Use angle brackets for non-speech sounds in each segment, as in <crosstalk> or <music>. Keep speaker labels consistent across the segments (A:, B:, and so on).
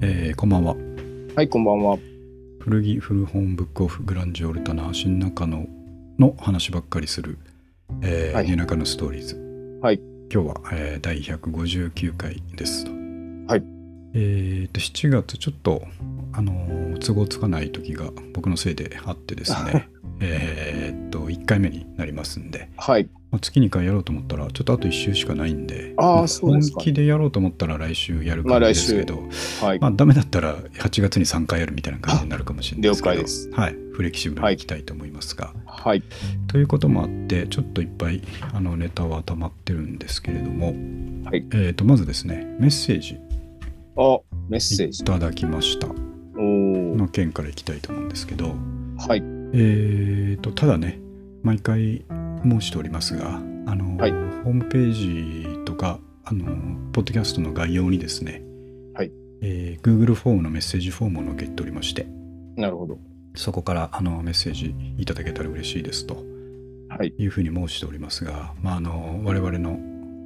A: えーこんばんは
B: はい、こんばんは。
A: 古着古本ブックオフグランジオルタナ新中野の話ばっかりする「えー
B: はい
A: ニューナカのストーリーズ」
B: はい
A: 今日は、えー第159回ですと
B: はい
A: えーと7月ちょっとあのー都合つかない時が僕のせいであってです
B: <laughs>
A: ねえーっと1回目になりますんで、
B: はい。
A: まあ、月2回やろうと思ったらちょっとあと1週しかないんで
B: あー
A: まあ
B: そうですか
A: 本気でやろうと思ったら来週やる
B: まあ
A: 感じです
B: 来週
A: けど、
B: はい。
A: まあ、ダメだったら8月に3回やるみたいな感じになるかもしれないですけど
B: 了解です
A: はい、フレキシブルにいきたいと思いますが、
B: はい。
A: ということもあってちょっといっぱいあのネタは溜まってるんですけれども、
B: はい
A: えー、とまずですねメッセージ
B: あ、メッセー
A: い
B: ジ。
A: ただきました
B: おー。
A: の件からいきたいと思うんですけど、
B: はい。
A: えー、とただね毎回申しておりますがあの、
B: はい
A: ホームページとかあのポッドキャストの概要にですね、
B: はい
A: えー Google フォームのメッセージフォームを載っけておりまして
B: なるほど。
A: そこからあのメッセージいただけたら嬉しいですと
B: はい。
A: いうふうに申しておりますが、まあ、あの我々の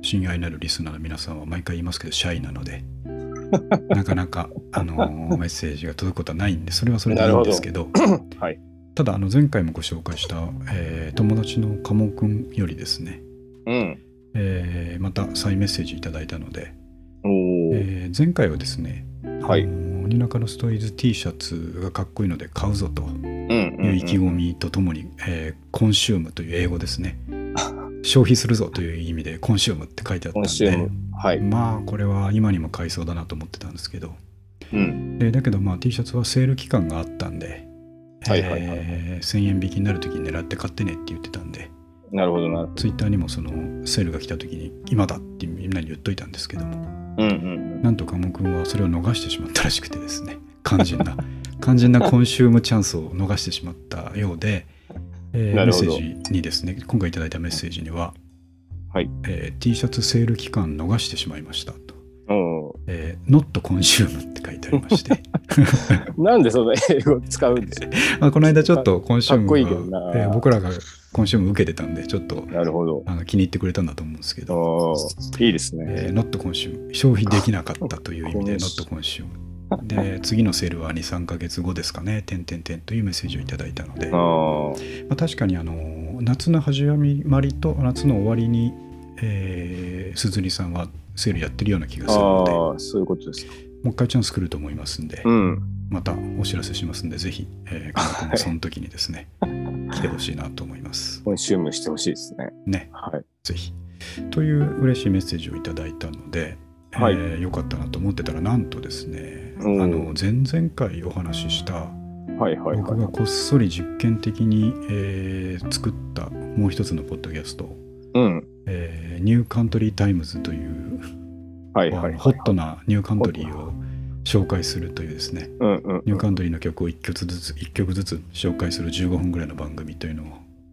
A: 親愛なるリスナーの皆さんは毎回言いますけどシャイなの
B: <laughs>
A: でなかなかあのメッセージが届くことはないんでそれはそれでいいんですけど
B: はい
A: ただあの前回もご紹介した、えー友達の鴨くんよりですね、
B: うん。
A: えーまた再メッセージいただいたので、
B: おー。
A: えー前回はですね
B: はい
A: あのニナカのストーリーズ T シャツがかっこいいので買うぞと
B: うんうん、
A: いう意気込みとともに、えーコンシュームという英語ですね消費するぞという意味でコンシュームって書いてあった
B: 今週
A: ん
B: も
A: で。
B: はい。
A: まあこれは今にも買いそうだなと思ってたんですけど、
B: うん。
A: えーだけどまあ T シャツはセール期間があったんで、
B: はいはいはい
A: えー1000円引きになる時に狙って買ってねって言ってたんで
B: なるほどな。
A: ツイッターにもそのセールが来た時に今だってみんなに言っといたんですけども
B: うんうん
A: なんとかもくんはそれを逃してしまったらしくてですね肝心
B: <laughs>
A: な肝心なコンシュームチャンスを逃してしまったようで、えーメ
B: な
A: ッ
B: るほ
A: セ
B: ど
A: ージにですね今回いただいたメッセージには、
B: はい
A: えー T シャツセール期間逃してしまいましたと。
B: うん。う
A: えー、not consume って書いてありまして
B: <laughs> ん。なんでその英語使うんですか
A: まあこの間ちょっとコンシュー
B: かっこいいけど
A: ム
B: な
A: が、えー僕らがコンシューム受けてたんでちょっと
B: なるほど。
A: あの気に入ってくれたんだと思うんですけど、
B: おー。いいですね。
A: えー、not consume 消費できなかったという意味で not consume で次のセールは23ヶ月後ですかね点点点というメッセージをいただいたので、
B: あ
A: ま
B: ー。
A: あ、確かにあの夏の始まりと夏の終わりに、えー、鈴木さんはセールやってるような気がするのでも
B: あー。そういうことですか。
A: う一回チャンス来ると思いますんで。
B: うん。
A: またお知らせしますんで、ぜひ、えー、加賀君もその時にです
B: <laughs>
A: ね、来てほしいなと思います。
B: コンシュームしてほしいですね。
A: ね、
B: はい。
A: ぜひ。という嬉しいメッセージをいただいたので、
B: はい
A: えーよかったなと思ってたら、なんとですね、あ
B: うん
A: の前々回お話しした、
B: はいはい
A: 僕
B: は
A: が
B: い。
A: こっそり実験的に、えー作ったもう一つのポッドキャスト、
B: うん。
A: えーニューカントリータイムズという、
B: はいはいはい。
A: ホットなニューカントリーを紹介するというですね、
B: うんうん
A: ニューカントリーの曲を1曲ずつ一曲ずつ紹介する15分ぐらいの番組というのを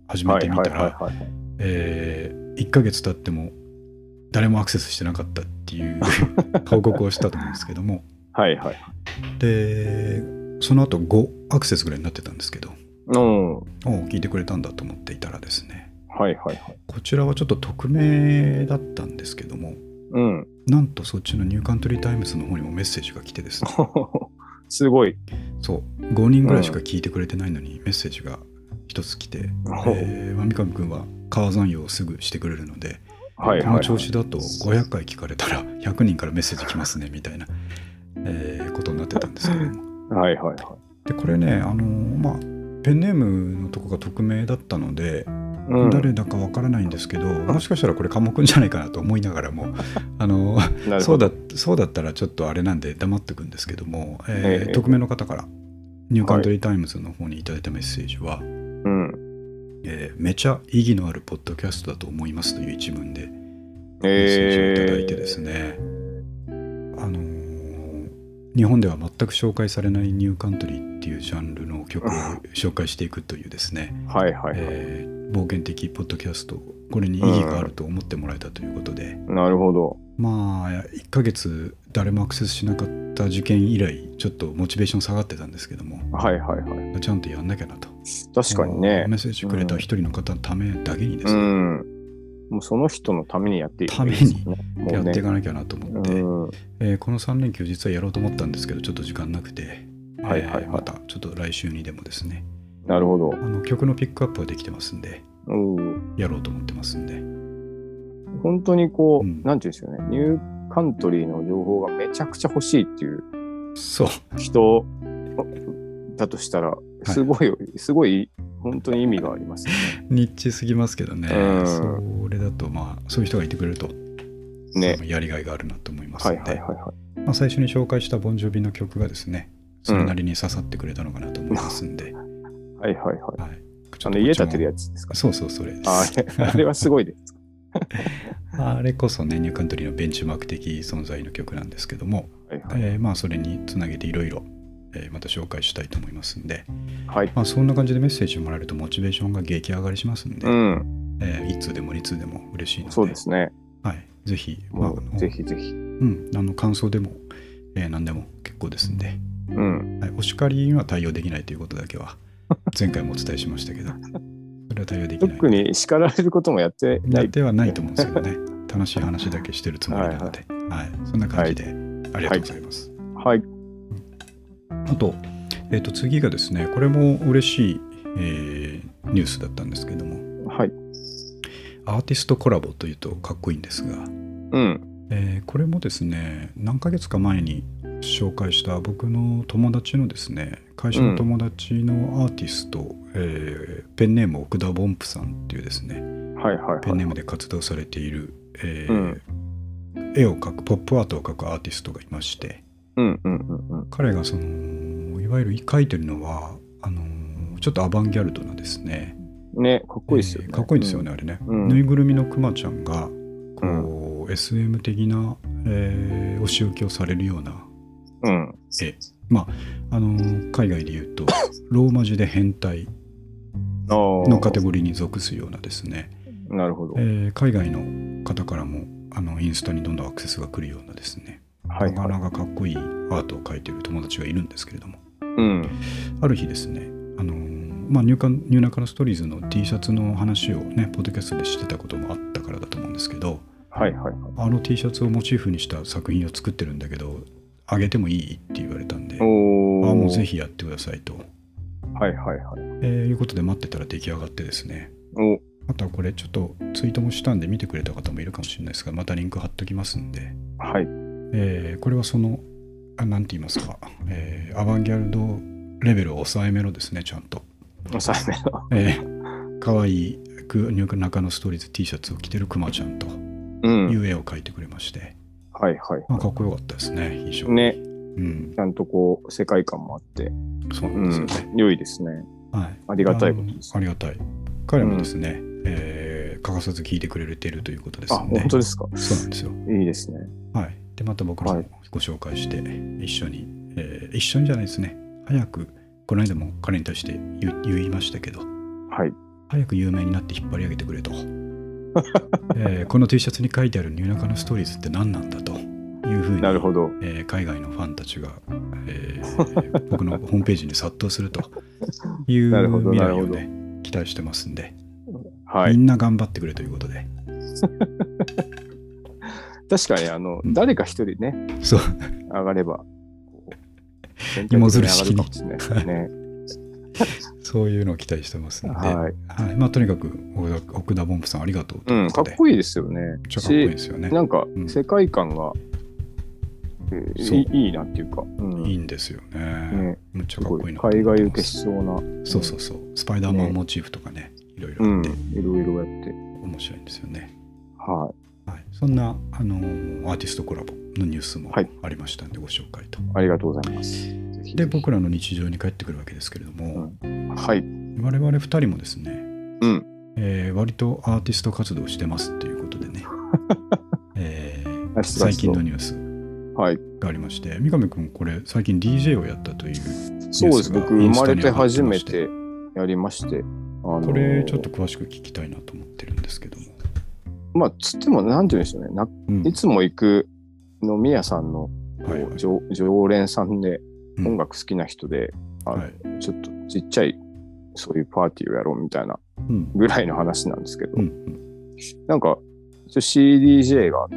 A: 始めてみた
B: はい
A: ら、
B: はいはいはい。
A: え1ヶ月経っても誰もアクセスしてなかったっていう報告をしたと思うんですけども
B: はいはい。
A: でその後5アクセスぐらいになってたんですけど
B: うん。は
A: おう聞いてくれたんだと思っていたらですね
B: いはいはい。
A: こちらはちょっと匿名だったんですけども
B: うん。
A: なんとそっちのニューカントリータイムズの方にもメッセージが来てですね
B: <laughs> すごい。
A: そう5人ぐらいしか聞いてくれてないのにメッセージが1つ来てえー、まあ三上君は川山用をすぐしてくれるので、
B: はいはいはい。
A: この調子だと500回聞かれたら100人からメッセージ来ますねみたいな、えーことになってたんですけども
B: はいはいはい。
A: でこれねあのーまあペンネームのとこが匿名だったので、
B: うん、
A: 誰だかわからないんですけどもしかしたらこれ鴨くんじゃないかなと思いながらもあのー
B: なる
A: そ
B: ほ
A: う
B: ど。
A: だそうだったらちょっとあれなんで黙ってくんですけども、えー
B: ええ
A: 匿名の方からニューカントリータイムズの方にいただいたメッセージは、
B: うん。
A: えーめちゃ意義のあるポッドキャストだと思いますという一文でメッセージをいただいてですね、あのー日本では全く紹介されないニューカントリーっていうジャンルの曲を紹介していくというですね、
B: はいはいはい。
A: えー冒険的ポッドキャストこれに意義があると思ってもらえたということで、
B: なるほど。
A: まあ1ヶ月誰もアクセスしなかった事件以来ちょっとモチベーション下がってたんですけども
B: はいはいはい。
A: ちゃんとやんなきゃなと
B: 確かにね
A: メ。ッセージくれた一人の方のためだけにです
B: う
A: ね、
B: ん。もうその人のためにやっていく
A: ために
B: もうね
A: やっていかなきゃなと思って、
B: うんは
A: えーこの3連休実はやろうと思ったんですけどちょっと時間なくて、えー
B: いはいは
A: またちょっと来週にでもですね
B: い。なるほど
A: あ。の曲のピックアップはできてますんで
B: うん
A: やろうと思ってますんで
B: 本当にこう、
A: うん
B: なんていうんですよね、ニューカントリーの情報がめちゃくちゃ欲しいっていう
A: そう
B: 人だとしたら、
A: い
B: すごい、すごい、本当に意味がありますよ
A: ニッチすぎますけどね、
B: うん
A: それだとまあそういう人がいてくれると、
B: ね。
A: そ
B: ね。
A: のやりがいがあるなと思います
B: は
A: の
B: い
A: で、
B: はいはいは
A: まあ、最初に紹介したボンジョビの曲がですねそれなりに刺さってくれたのかなと思いますんで、
B: い。はいはいはい。
A: はい、
B: あの家建てる
A: や
B: やつですか
A: そうそうそれです
B: ああ
A: <laughs>
B: れあれはすごいです。
A: あれこそねニューカントリーのベンチマーク的存在の曲なんですけども、
B: はいはい。
A: えーまあそれにつなげていろいろえーまた紹介したいと思いますんで、
B: はい。
A: まあ、そんな感じでメッセージをもらえるとモチベーションが激上がりしますんで、
B: うん。
A: えー、1通でも2通でも嬉しいので
B: そうですね。
A: はい、ぜひ、まあ
B: もう、ぜひぜひ。
A: うん、あの感想でも、えー何でも結構ですんで、
B: うん。
A: はい、お叱りには対応できないということだけは
B: <laughs>
A: 前回もお伝えしましたけどそれは対応できない
B: 特に叱られることもやってな
A: やっ
B: い。
A: てはないと思うんですけどね楽しい話だけしてるつもりなので、はいそんな感じで、ありがとうございます、
B: はい。
A: あと,、えー、と次がですねこれも嬉しい、えーニュースだったんですけども
B: はい。
A: アーティストコラボというとかっこいいんですが
B: うん。
A: えーこれもですね何ヶ月か前に紹介した僕の友達のですね会社の友達のアーティスト、えーペンネーム奥田ボンプさんっていうですね
B: はいはいはい。
A: ペンネームで活動されている、えー
B: うん
A: 絵を描くポップアートを描くアーティストがいまして
B: うんうんうんうん。
A: 彼がそのいわゆる描いてるのはあのーちょっとアバンギャルドなですね
B: ね、かっこいいですよ
A: え
B: ね。
A: ーかっこいいんですよね、あれね、
B: うん
A: ぬいぐるみのくまちゃんがこう、SM 的な、えーお仕置きをされるような
B: うん。うん。
A: あのー海外で言う
B: <coughs>
A: とローマ字で変態
B: あー
A: のカテゴリーに属すようなですね、
B: なるほど。
A: え
B: はい
A: ー海外の方からもあのインスタにどんどんアクセスが来るようなですね
B: は。
A: ないかなかかっこいいアートを描いてる友達がいるんですけれども
B: うん。
A: ある日ですねあのーまあ、入管ニューナカのストーリーズの T シャツの話をねポッドキャストでしてたこともあったからだと思うんですけど、
B: はいはいはい。
A: あの T シャツをモチーフにした作品を作ってるんだけど、あげてもいいって言われたんで、あ
B: おー。
A: もうぜ。ひやってくださいと、
B: はいはいはい。
A: えーいうことで待ってたら出来上がってですね、
B: お
A: またこれちょっとツイートもしたんで見てくれた方もいるかもしれないですが、またリンク貼っときますんで、
B: はい。
A: えーこれはその、あなんて言いますか、えーアバンギャルドレベルを抑えめのですね、ちゃんと。
B: おさめの。
A: えー、かわいいく中のストーリーズ T シャツを着てるクマちゃんと
B: う
A: い
B: ん。
A: う絵を描いてくれまして、
B: はいはい
A: まあ、かっこよかったですね、非常。に。
B: ね、
A: うん
B: ちゃんとこう、世界観もあって、
A: そうな
B: うん
A: ですよ
B: ん
A: ね。、
B: 良いですね。
A: はい。
B: ありがたいことです
A: あ。のありがたい。彼もですね、えー欠かさず聞いてくれてるということです
B: あ、
A: ので、
B: 本当ですか。
A: そうなんですよ。
B: いいですね。
A: はい。で、また僕ら
B: は
A: も
B: い
A: ご紹介して、一緒に、えー一緒にじゃないですね。早く、この間も彼に対して言う言いましたけど、
B: はい。
A: 早く有名になって引っ張り上げてくれ
B: <laughs>
A: と。えーこの T シャツに書いてあるニューナカのストーリーズって何なんだというふうに
B: なるほど。
A: えー海外のファンたちが、えー <laughs> 僕のホームページに殺到するという
B: <laughs> なるほど
A: 未来を
B: な
A: ね期待してますんで、
B: は
A: み
B: い。
A: んな頑張ってくれということで
B: 確かに、あの、
A: うん
B: 誰か一人ね、
A: そう
B: 上がれば、こう全体
A: <laughs>
B: 的
A: 芋づる式に
B: 上がるかもしれないですね。
A: そういうのを期待して <laughs> ますんで、はい
B: はい。
A: まあ、とにかく奥田奥田ボンプさんありがとうと
B: う
A: い
B: ん、
A: う
B: か
A: こ
B: っ
A: とで、
B: こいいですよね。
A: めっちゃかっこいいですよね
B: しなんか
A: う、ん
B: 世界観が、えー
A: そう
B: いいいいなっていうか、うん
A: いいんですよね
B: ね
A: めっちゃ
B: す
A: かっ
B: ご
A: こいい
B: い
A: な
B: 海外受け
A: し
B: しそうな、
A: そうそうそうスパイダーマンモチーフとかねいろいろ
B: う
A: あっ
B: ん
A: て、
B: いろいろやって、
A: 面白いんですよね、
B: は
A: はい、そんな、あのーアーティストコラボのニュースも
B: はい
A: ありましたんで、ご紹介と
B: い、ありがとうございます。ぜひ
A: で僕らの日常に帰ってくるわけですけれども、
B: はい、
A: 我々2人もですね、
B: うん、
A: えー割とアーティスト活動をしてますっていうことで
B: <laughs>
A: ね、えー
B: アーティスト活動
A: 最近のニュース
B: はい、
A: がありまして三上君これ最近 DJ をやったという
B: そうです。僕
A: ニュー
B: 生
A: ス
B: ま
A: がイ
B: れ
A: ンスタに上がっ
B: て
A: て
B: 初
A: ま
B: め
A: して
B: てやりまして、あのー
A: これちょっと詳しく聞きたいなと思ってるんですけども、
B: まあつってもなんて言うんでしょうね。な
A: うん
B: いつも行く飲み屋さんの、
A: はいはい
B: 常常連さんで
A: うん
B: 音楽好きな人で、あの
A: はい
B: ちょっとちっちゃいそういうパーティーをやろうみたいな
A: うん
B: ぐらいの話なんですけど、
A: うんうん
B: なんか、ちょ CDJ があっ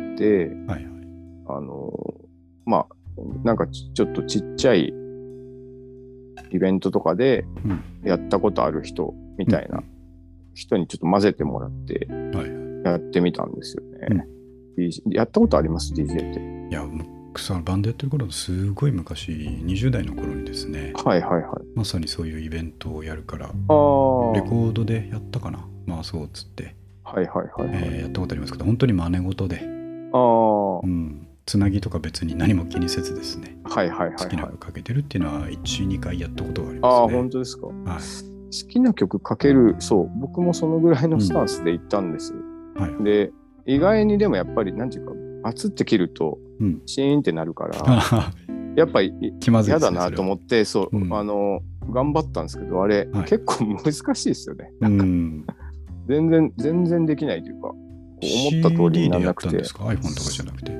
A: は
B: て、
A: いはい。
B: あのーまあ、なんかちちょっとちっちゃいイベントとかで
A: うん
B: やったことある人みたいな人にちょっと混ぜてもらって
A: はい
B: やってみたんですよね。DJ やったことあります ?DJ って。
A: いや、僕さ、バンドやってる頃のすごい昔、20代の頃にですね、
B: はいはいはい。
A: まさにそういうイベントをやるから、
B: ああ。は
A: レ
B: い
A: コードでやったかな、回そうっつって、
B: はいはいはい。
A: えーやったことありますけど、本当に真似事で、
B: ああ。は
A: うん、つなぎとか別に何も気にせずですね、
B: いはいはい、
A: 好きな
B: はい。
A: 曲かけてるっていうのは、1、2回やったことがあり
B: ああ、
A: ますね。
B: 本当ですか。
A: はい
B: 好きな曲かける、そう、僕もそのぐらいのスタンスで行ったんです。
A: はい
B: で、意外にでもやっぱり、なんていうか、バツって切ると
A: うん、
B: シーンってなるから、
A: あ
B: やっぱりい
A: ー <laughs> 気まずい
B: 嫌
A: です
B: だ
A: ね。
B: なと思
A: っ
B: って、そう、
A: うん
B: あの、頑張ったんですけど、あれ、
A: はい
B: 結構難しいですよね。
A: て。うん。
B: 全然、全然できないというか、こう思った通りにな
A: CD で
B: ら
A: や
B: な
A: っ
B: く
A: たんで
B: て、
A: すか ?iPhone とかじゃなくて。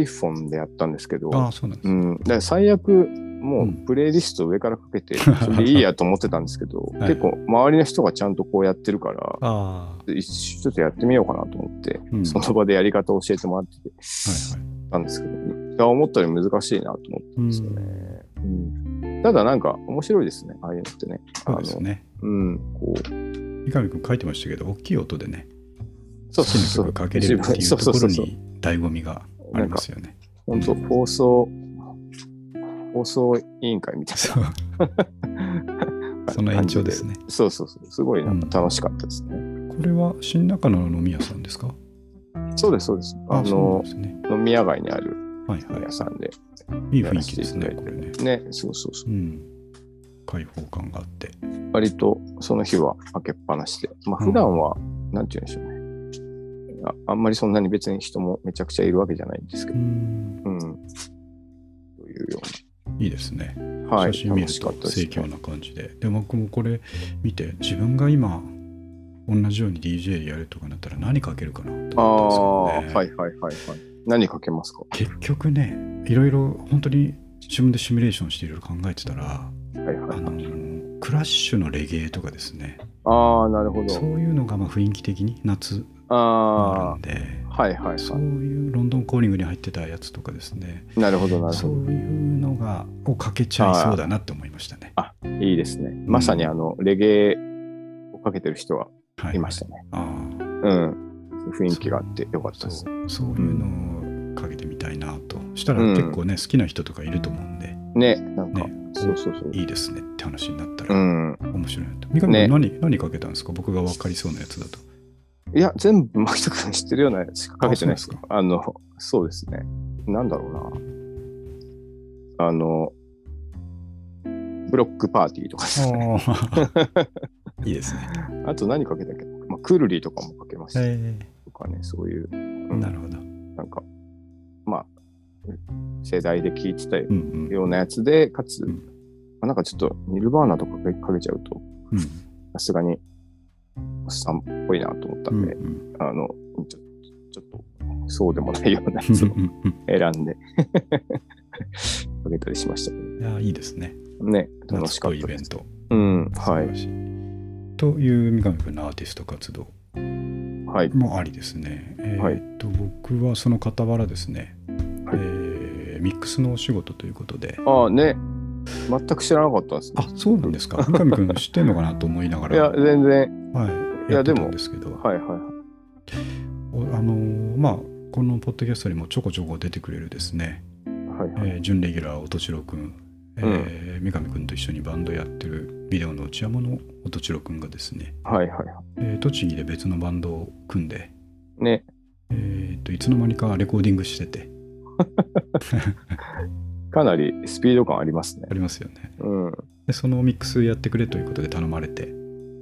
B: iPhone でやったんですけど、
A: ああ、そうなんで
B: う
A: す。
B: ん、だから最悪も
A: うん
B: うプレイリスト上からかけ
A: <laughs>
B: て、それでいいやと思ってたんですけど、
A: い
B: 結構周りの人がちゃんとこうやってるから、
A: ああ、
B: 一緒にちょっとやってみようかなと思って、
A: うん
B: その場でやり方を教えてもらってて
A: はいはい。
B: たんですけど、いや思ったより難しいなと思って
A: う
B: で
A: ん
B: す
A: そ
B: よね。うんただなんか面白いですね、ああいうのってね。
A: うですね。
B: あのうん、こう、
A: 三上君書いてましたけど、大きい音でね、
B: そ
A: 好
B: う
A: き
B: そ
A: な
B: うそう。
A: 曲かけれるっていう
B: 自分
A: と
B: そう
A: こ
B: そ
A: ろ
B: うそう
A: に醍醐味がありますよね。
B: 本当放送、放送委員会みたいな。
A: そ
B: <laughs>
A: う。その延長ですね。
B: そうそうそう。すごいなんか楽しかったですね。
A: これは新中野の飲み屋さんですか
B: そうです、そうです。
A: あ
B: あ
A: そうなん
B: の
A: で、すね。
B: 飲み屋街にある
A: はい
B: 飲み
A: は
B: 屋さんで。
A: い。いい雰囲気ですね、
B: やら
A: こ
B: せ
A: れね。
B: ね、そうそうそうう。
A: ん。開放感があって。
B: 割とその日は開けっぱなしで、まあ
A: うん
B: 普段は、なんて言うんでしょうねあ。あんまりそんなに別に人もめちゃくちゃいるわけじゃないんですけ
A: う
B: ど、
A: ん。
B: うん。というよ
A: いいですね。
B: うな。はい、
A: 写真見
B: 楽
A: る
B: しか
A: と
B: ったです
A: 盛
B: ね。
A: 況な感じで。で、僕もこれ見て、自分が今、同じように DJ やるとかなったら何かけるかなと
B: ああ
A: 思ったん
B: ー、
A: ですけどね。
B: はいはいはいはい。何かけますか
A: 結局ね、いろいろ本当に自分でシミュレーションしていろいろ考えてたら、
B: はいは
A: あ
B: い。
A: のークラッシュのレゲエとかですね
B: ああ、なるほ
A: そ
B: ど。
A: ういうのがまあ雰囲気的に夏
B: あ
A: あるんで
B: あ、はいはい
A: そう
B: は
A: いうロンドンコーリングに入ってたやつとかですね
B: い。なるほどなる
A: そ
B: ほ
A: ういうのがをかけちゃいそうだなって思いましたね。
B: ど。いいですね。まさにあの、レゲエをかけてる人が
A: はい
B: ましたね。
A: あー
B: うん。雰囲気があってよかったで
A: そ
B: す。
A: うそういうのをかけてみたいなとしたら結構ね、好きな人とかいると思うんで
B: ね、なんか、
A: ね
B: そうそうそう。
A: いいですねって話になった
B: う
A: ら
B: ん。
A: 面白いなと。三上君
B: ね
A: 何何かけたんですか僕が分かりそうなやつだと。
B: いや、全部、牧田君知ってるようなやつしかかけてないです
A: あそうです
B: あの、そうですね。なんだろうな。あの、ブロックパーティーとかですね。 <laughs>
A: あーいいですね。
B: あと何かけたっけまあ、クールリーとかもかけましたし
A: え
B: とかね、そういう、
A: ーなるほど。
B: なんか、まあ、世代で聞いてた
A: うんうん
B: ようなやつで、かつ、
A: うん
B: まあなんかちょっと、ニルバーナとかかけかけちゃうと、
A: うん
B: さすがに、おっさんっぽいなと思った
A: うん
B: んで、
A: うん
B: あの、ちょちょっと、そうでもないようなや
A: う
B: つを
A: んうん
B: 選んで <laughs> かけたりしましたけ
A: うんいやいいですね。
B: どね楽
A: 夏
B: しか
A: っぽ
B: っ
A: いイ
B: た
A: ベ
B: で
A: ン
B: す
A: ト。
B: うんは
A: 素晴ら
B: い
A: しい。という三上君のアーティスト活動
B: はい
A: もありですね。え
B: はい
A: ーっと僕はその傍らですね、
B: はい
A: えーミックスのお仕事ということで。
B: ああね全く知らなかったですね
A: あそうなん
B: <laughs>
A: ですか。三上君知ってんのかなと思いなが
B: いや
A: ら、
B: 全然
A: はい、
B: いや
A: やってた
B: で
A: ん
B: も
A: ですけど、
B: はいはいはい
A: おあのーまあこのポッドキャストにもちょこちょこ出てくれるですね、
B: はいはい
A: えー準レギュラー音ろくん、えー三上くんと一緒にバンドやってるビデオの内山の音ろくんがですね、
B: はいはいは
A: えー栃木で別のバンドを組んで、
B: いね
A: えーといつの間にかレコーディングしてて <laughs>
B: かなりスピード感ありますね
A: ありますよね
B: うんは
A: でそのミックスやってくれということで頼まれて、
B: い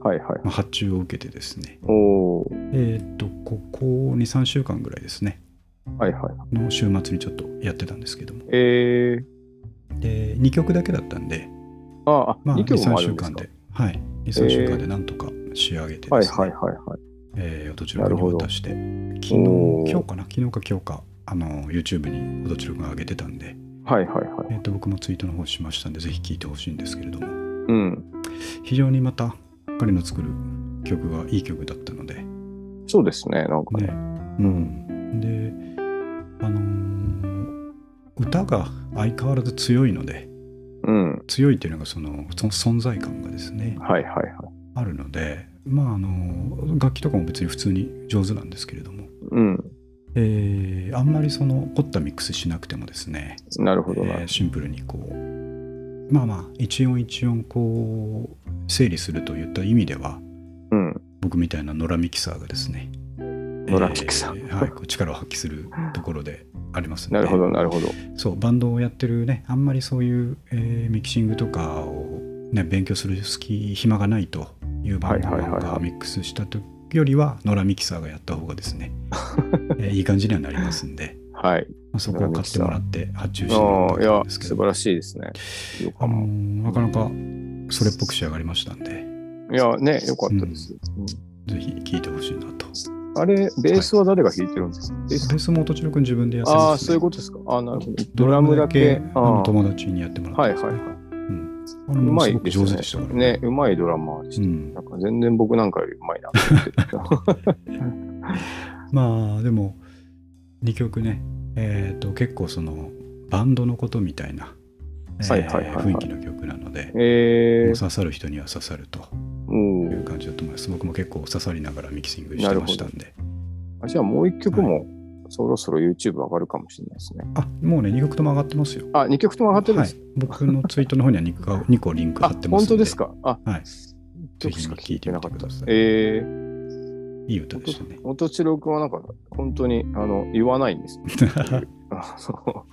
B: はいはい
A: まあ発注を受けてですね
B: おー
A: えっ、とここ23週間ぐらいですね
B: はいはいはい
A: の週末にちょっとやってたんですけども
B: えー
A: で2曲だけだったんで、
B: ああ
A: まあ、
B: 2曲も
A: 23
B: ある
A: 週
B: んです
A: 間
B: か
A: ではい23週間でなんとか仕上げて
B: は
A: で
B: い
A: すね、
B: はいはいはい
A: えー、おとちろくに渡して、昨日、
B: おー
A: 今日かな、昨日か今日か、あの、YouTube におとちろくが上げてたんで、
B: はいはいはい
A: えーと、僕もツイートの方しましたんで、ぜひ聴いてほしいんですけれども、
B: うん
A: 非常にまた、彼の作る曲がいい曲だったので、
B: そうですね、なんか
A: ね
B: ね。。
A: うん、で、あのー歌が相変わらず強いので、
B: うん。
A: 強いっていうのがそのそ存在感がですね、
B: はいはいはい。
A: あるので、まああの楽器とかも別に普通に上手なんですけれども、
B: うん。
A: えーあんまりその凝ったミックスしなくてもですね、
B: なるほど
A: え
B: な。
A: ーシンプルにこうまあまあ一音一音こう整理するといった意味では
B: うん。
A: 僕みたいな野良ミキサーがですね
B: 野良ミキサー
A: えはい、こう力を発揮するところでありますね
B: なるほどなるほど。
A: そうバンドをやってるねあんまりそういう、えーミキシングとかを、ね、勉強する隙暇がないというバンド
B: はいはいはいは
A: が
B: い
A: ミックスした時よりは野良ミキサーがやった方がです
B: <laughs>
A: ね、えーいい感じにはなりますんで、
B: はい。
A: まあ、そこを買ってもらって発注してもら
B: あ
A: っ
B: あ、い
A: た
B: や
A: ん、ですけ
B: 素
A: ど
B: 晴らしいですね。よか
A: あ
B: っ
A: のーなかなかそれっぽく仕上がりましたんで、
B: た。いや、ね、よかったです。
A: ぜひ聴いてほしいなと。ベ
B: うんあれ、ベースは誰が弾いてるんですかベース
A: ースもとちろくん自分でやって
B: あ
A: ま
B: あ、
A: す、
B: そういうことですか。ああ、なるほど。
A: ド
B: ド
A: ラ
B: ラ
A: ム
B: ム
A: だ
B: だ
A: け
B: け。
A: あ
B: あ
A: の
B: あ
A: 友達にやってもらっ
B: は
A: て
B: い
A: ます
B: はい
A: ね、
B: はい。
A: あれ
B: う
A: も
B: ますい
A: ごく
B: ですね
A: 上手でしたから
B: ね、うまいドラマーでし
A: う
B: た。
A: ん
B: なんか全然僕なんかよりうまいなと思
A: <laughs>
B: って。
A: まあでも2曲ね、えー、と結構そのバンドのことみたいな、えー
B: はいはいはいはい
A: 雰囲気の曲なので、
B: え
A: もう
B: ー、
A: 刺さる人には刺さると
B: う。
A: いうん感じだと思います僕も結構刺さりながらミキシングしてましたんで
B: あじゃあもう一曲もそろそろ YouTube 上がるかもしれないですね。
A: あもうね2曲とも上がってますよ
B: あ、二曲とも上がってるんです
A: はい、僕のツイートの方には 2, 個2個リンク貼
B: あ
A: って、ます
B: 本
A: んで
B: 当ですか。あ、
A: はい。
B: 曲しか聞いてなかっ
A: ぜ
B: た
A: ひ聞いてみてください。
B: え
A: いい歌でしたね
B: ー、音千代君はなんか、本当に、あの、言わない
A: <laughs>
B: んです。あの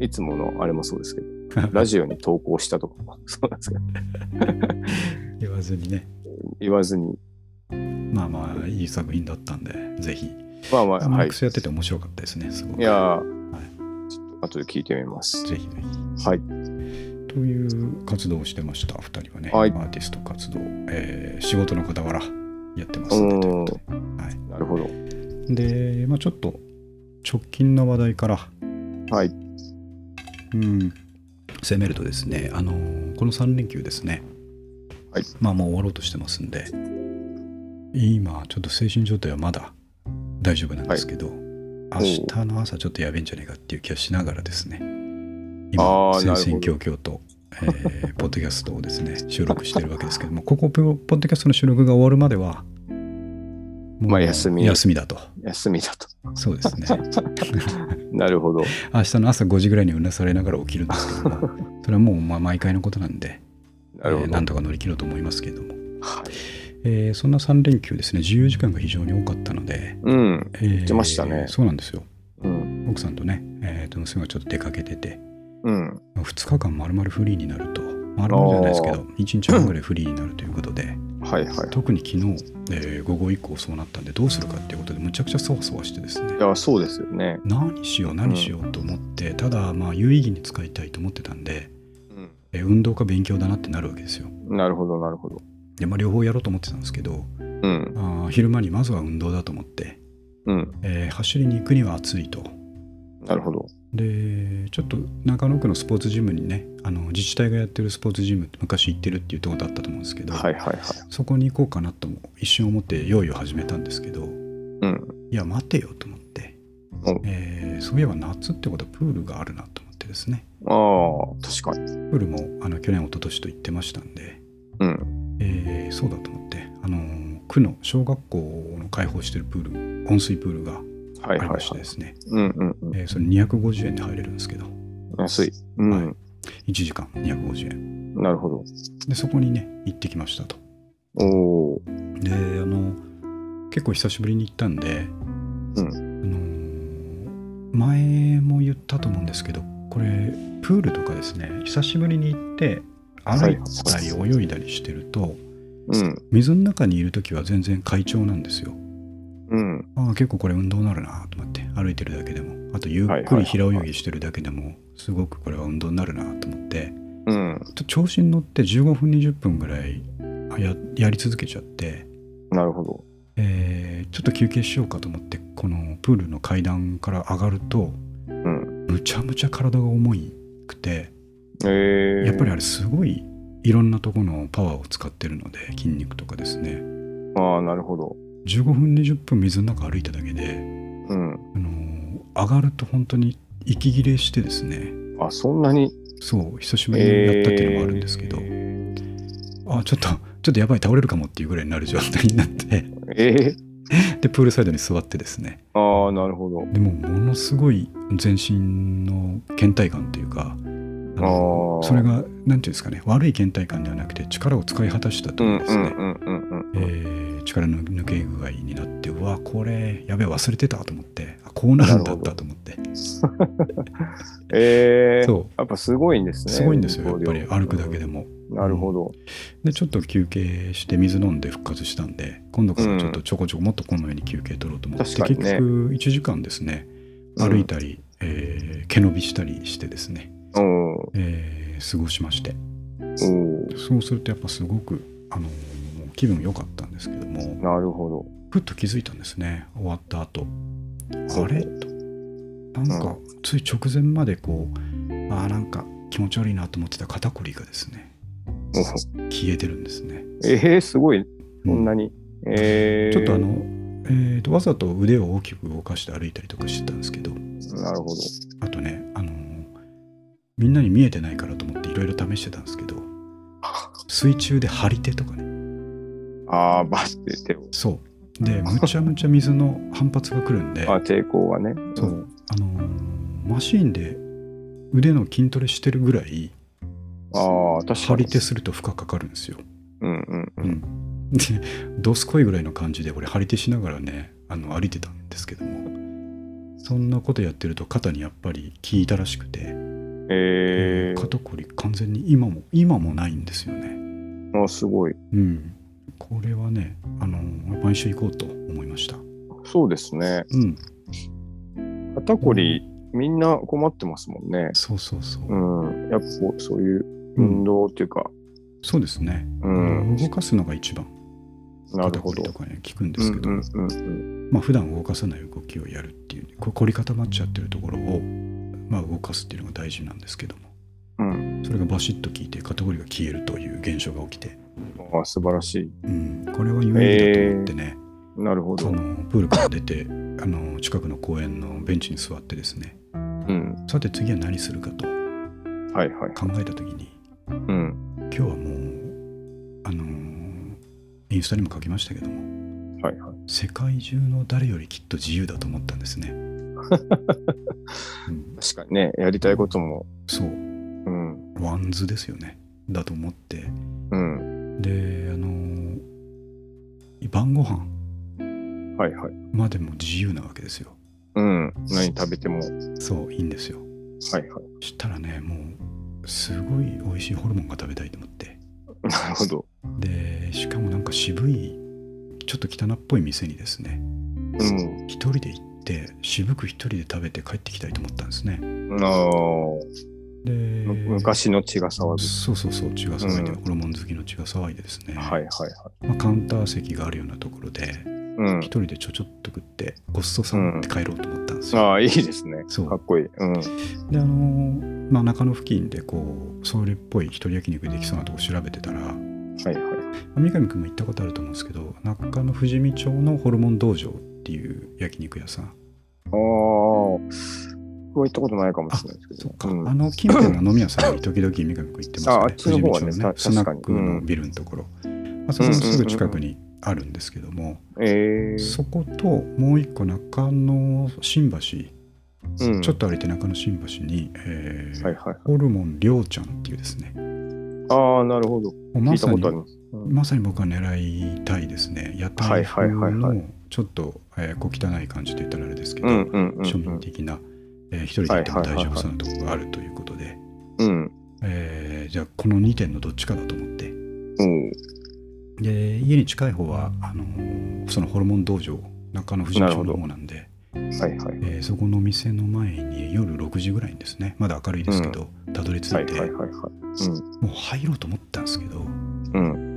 B: いつものあれもそうですけど、ラジオに投稿したとかもそうなんですけど、
A: <laughs> 言わずにね
B: 言わずに、
A: まあまあいい作品だったんでぜひ
B: まあま
A: あ
B: あ、
A: の
B: は
A: ミッ
B: い。
A: クスやってて面白かったですねすごく
B: いやー、
A: は
B: ちょっと後で聞いてみます。
A: ぜひぜひ
B: はい。
A: という活動をしてました、二人はね。
B: はい
A: アーティスト活動、えー仕事の傍らやってます
B: う
A: ね
B: ん
A: ということ
B: なるほど。
A: で。で、まあ、ちょっと直近の話題から、
B: はい。
A: うん、攻めるとですね、あのーこの3連休ですね、
B: はい
A: まあもう終わろうとしてますんで、今、ちょっと精神状態はまだ大丈夫なんですけど、明日の朝ちょっとやべえんじゃねえかっていう気がしながらですね、今、
B: あーなるほど
A: 戦々恐々と、えーポッドキャストをですね、収録してるわけですけども、ここ、ポッドキャストの収録が終わるまでは、もう
B: まあ休み
A: 休みだと。
B: 休みだと。
A: そうですね。
B: なるほど。
A: 明日の朝5時ぐらいにうなされながら起きるんですけども
B: <laughs>
A: それはもうまあ毎回のことなんで
B: なるほ
A: えー
B: ど。
A: なんとか乗り切ろうと思いますけれども、
B: はい。
A: えーそんな3連休ですね自由時間が非常に多かったので、
B: うん。
A: えー
B: 言ってましたね
A: そうなんですよ
B: うん。
A: 奥さんとね、えーと娘がちょっと出かけてて
B: うん。
A: 2日間丸々フリーになると丸々じゃないですけど1日半ぐらいフリーになるということで
B: はいはい。
A: 特に昨日、えー午後以降そうなったんでどうするかっていうことでむちゃくちゃそわそわしてですね
B: いや、そうですよね。
A: 何しよう何しようと思って、ただまあ有意義に使いたいと思ってたんで
B: う
A: えー運動か勉強だなってなるわけですよ。
B: ん。なるほど、なるほど。
A: で、まあ、両方やろうと思ってたんですけど
B: うん。
A: あー昼間にまずは運動だと思って、
B: うん。
A: えー走りに行くには暑いと。
B: なるほど。
A: でちょっと中野区のスポーツジムにねあの自治体がやってるスポーツジムって昔行ってるっていうところだったと思うんですけど、
B: はいはいはい。
A: そこに行こうかなとも一瞬思って用意を始めたんですけど
B: うん。
A: いや待てよと思って
B: お、
A: えーそういえば夏ってことはプールがあるなと思ってですね
B: ああ、確かに。
A: プールもあの去年一昨年と行ってましたんで、
B: うん。
A: えーそうだと思って、あのー区の小学校の開放してるプール温水プールがあ
B: はいは
A: り
B: い
A: まして
B: は
A: で
B: い。
A: すね、
B: うんうんうん。
A: えーそれ250円で入れるんですけど
B: 安い。う
A: はい
B: ん。
A: 1時間250円
B: なるほど。
A: でそこにね行ってきましたと
B: おお。
A: であの結構久しぶりに行ったんで、
B: う
A: あのー前も言ったと思うんですけどこれプールとかですね久しぶりに行って歩いたり
B: は
A: 泳いだりしてると
B: うん。
A: 水の中にいる時は全然快調なんですよ
B: うん。
A: ああ結構これ運動になるなと思って歩いてるだけでもあとゆっ
B: はい
A: く
B: はいは
A: り
B: い
A: 平泳ぎしてるだけでもすごくこれは運動になるなと思って
B: うん
A: ちょ。っと調子に乗って15分20分ぐらいあややり続けちゃって、
B: なるほど。
A: えーちょっと休憩しようかと思ってこのプールの階段から上がると
B: うん。
A: むちゃむちゃ体が重いくて
B: ええ。
A: やっぱりあれすごいいろんなとこのパワーを使ってるので筋肉とかですね
B: ああ、なるほど。
A: 15分20分水の中歩いただけで、
B: うん。
A: あのー上がると本当に息切れしてですね
B: あ、そんなに。
A: そう久しぶりにやったっていうのもあるんですけど、
B: え
A: あちょっとちょっとやばい倒れるかもっていうぐらいになる状態になって <laughs>
B: ーえ
A: でプールサイドに座ってですね
B: ーああ、なるほど。
A: でもものすごい全身の倦怠感というかあの
B: あー
A: それが何ていうんですかね悪い倦怠感ではなくて力を使い果たしたと
B: う
A: い
B: ん
A: う
B: うん
A: ですね、
B: うんうん
A: え
B: うん。
A: ー力の抜け具合になってうわこれやべえ忘れてたと思ってあこうなるんだったと思って
B: <laughs>
A: <laughs>
B: えー、
A: そ
B: やっぱすごいんです
A: う
B: ね。
A: すごいんですよやっ
B: 運
A: ぱ
B: 動
A: り
B: 量
A: 歩くだけで。も
B: なるほど。
A: でちょっと休憩して水飲んで復活したんで今度からちょっとちょこちょこもっとこのように休憩取ろうと思って、
B: 確かにね
A: 結局1時間ですね歩いたり、えー毛伸びしたりしてですね
B: うん。お
A: えー過ごしまして
B: ー
A: そうするとやっぱすごく、あのー気分良かったんですけども
B: なるほど。
A: ふっと気づいたんですね終わった後
B: そう
A: あれとなんかつい直前までこうあーなんか気持ち悪いなと思ってた肩こりがですね
B: おー
A: 消えてるんですね、
B: えー、すごい。
A: う
B: こん
A: ん
B: なに。えー、
A: ちょっとあの、えーとわざと腕を大きく動かして歩いたりとかしてたんですけど
B: なるほど。
A: あとね、あのーみんなに見えてないからと思っていろいろ試してたんですけど水中で張り手とかね
B: ああ、バッて手を。
A: そう。で、むちゃむちゃ水の反発が来るんで、
B: あ抵抗がね。
A: そう。あのーマシーンで腕の筋トレしてるぐらい、
B: ああ、確かに。
A: 張り手すると負荷かかるんですよ。
B: うんうん
A: う
B: う。
A: んん。で、どすこいぐらいの感じで、俺、張り手しながらね、あの歩いてたんですけども、そんなことやってると肩にやっぱり効いたらしくて、
B: え
A: 肩こり完全に今も、今もないんですよね。
B: ー、あすごい。
A: うん。これはね、あのー毎週行こうと思いました。う
B: そうですね。
A: ん。
B: 肩こり、みんな困ってますもんね。
A: そうそうそう。
B: うん。やっぱこう、そういう運動っていうか、
A: そうですね。
B: うん。
A: 動かすのが一番
B: なる
A: 肩
B: ほ
A: こり
B: ど
A: と。かには効くんで
B: うん
A: すけ
B: うん
A: ど、
B: うんうん。
A: まあ普段動かさない動きをやるっていうこ凝り固まっちゃってるところを、まあ、動かすっていうのが大事なんですけども
B: うん。
A: それがバシッと効いて肩こりが消えるという現象が起きて、
B: あー素晴らしい。
A: うん、これは有意義だと思ってね、
B: なるほ
A: あ
B: ど。
A: のプールから出て <laughs> あの近くの公園のベンチに座ってですね
B: うん。
A: さて次は何するかと
B: はいはい。
A: 考えた時に
B: うん。
A: 今日はもうあのーインスタにも書きましたけども
B: はいはい。
A: 世界中の誰よりきっと自由だと思ったんですね。うん
B: 確かにね、やりたいことも、
A: そう
B: うん。
A: ワンズですよねだと思って
B: うん。
A: であのー晩ご飯
B: はいはい。
A: までも自由なわけですよ
B: うん。何食べても。はい
A: そういいんですよ
B: はい。
A: したらねもうすごい美味しいホルモンが食べたいと思って
B: なるほど。
A: でしかもなんか渋いちょっと汚っぽい店にですね
B: うん。
A: 一人で行って渋く一人で食べて帰ってきたいと思ったんですね
B: ああ。
A: で
B: む昔の血が騒ぎ。
A: そうそうそう血が騒いで、
B: うん
A: ホルモン好きの血が騒いでですね、
B: はいはいはい。
A: まあ、カウンター席があるようなところで
B: うん
A: 一。人でちょちょっと食ってごちそうさんって帰ろうと思ったんですよ、
B: ああ、いいですね。
A: そう
B: かっこいい。うん。
A: であのーまあ、中野付近でこうソウルっぽい一人焼肉できそうなとこ調べてたら
B: はいは
A: 三上君も行ったことあると思うんですけど中野富士見町のホルモン道場っていう焼肉屋さん
B: い。ああ。僕は行ったことないかもしれないですけ
A: そ
B: ど
A: っ。か、
B: うん
A: あの近辺の飲み屋さんに時々三上君行ってますよ
B: ああ
A: ね
B: っちの方
A: 富
B: はね
A: 士見町
B: た
A: スナック
B: 確かにう
A: の
B: ん
A: ビルのところ、まあ、そこのすぐ近くにあるんですけども、
B: ええ。
A: そこともう一個中野新橋、
B: うん
A: ちょっと歩いて中野新橋に、えー
B: はいはい。
A: ホルモンりょうちゃんっていうですね
B: ああ、なるほど。
A: もう
B: 聞
A: ま
B: いた
A: さ
B: こ
A: に
B: とあります。うん
A: まさに僕は狙いたいですね屋台風
B: はいはいはい
A: のちょっと、えー小汚い感じと言ったらあれですけど、
B: うんうんう
A: 庶
B: ん
A: 民的な、えー一人で行っても大丈夫そうなところがあるということで、
B: うん。
A: えーじゃあこの2点のどっちかだと思って
B: うん。
A: で家に近い方はあのーそのホルモン道場中野富士見町の方なんで
B: おはいはい。
A: えーそこの店の前に夜6時ぐらいにですねまだ明るいですけど、たどり着いて、
B: はいはいはいはい。
A: もう入ろうと思ったんですけど
B: うん。うん。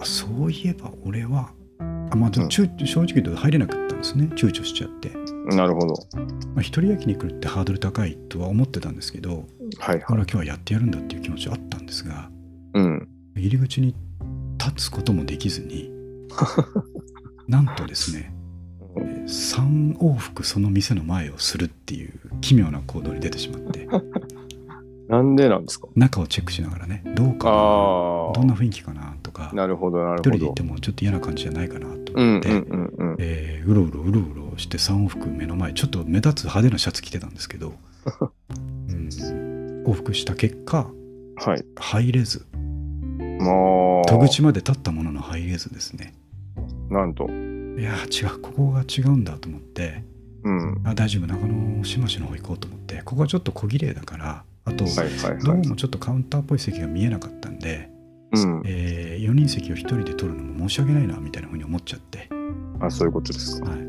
A: あそういえば俺はあ、まあ、ちょ
B: うん
A: 躊躇正直言うと入れなかったんですね躊躇しちゃって、ま
B: なるほど。
A: あ、一人焼肉ってハードル高いとは思ってたんですけど
B: はいは
A: 俺は
B: い。
A: 今日はやってやるんだっていう気持ちはあったんですが
B: うん。
A: 入り口に立つこともできずになんとですね、えー3往復その店の前をするっていう奇妙な行動に出てしまって、
B: なんでなんですか
A: 中をチェックしながらね、どうかな、
B: あ
A: どんな雰囲気かなとか、
B: なるほど、な
A: 一人
B: る
A: で
B: ほ
A: 行っ
B: ど
A: て。もちょっと嫌な感じじゃないかなと
B: うん
A: 思
B: う
A: っ
B: ん
A: て、
B: うん
A: えーうろうろうろうろして3往復目の前ちょっと目立つ派手なシャツ着てたんですけど、
B: <laughs>
A: うん、往復した結果
B: うん。はい。
A: 入れず
B: まあ、
A: 戸口まで立ったものの入れずですね
B: なんと。
A: いやー違うここが違うんだと思って
B: うん。
A: あ大丈夫中野新橋の方行こうと思ってここはちょっと小綺麗だからあと、
B: はいはい
A: どう
B: はい。
A: もちょっとカウンターっぽい席が見えなかったんで、
B: うん。
A: え4人席を1人で取るのも申し訳ないなみたいな風に思っちゃって、
B: あ、そういうことですか。
A: はい、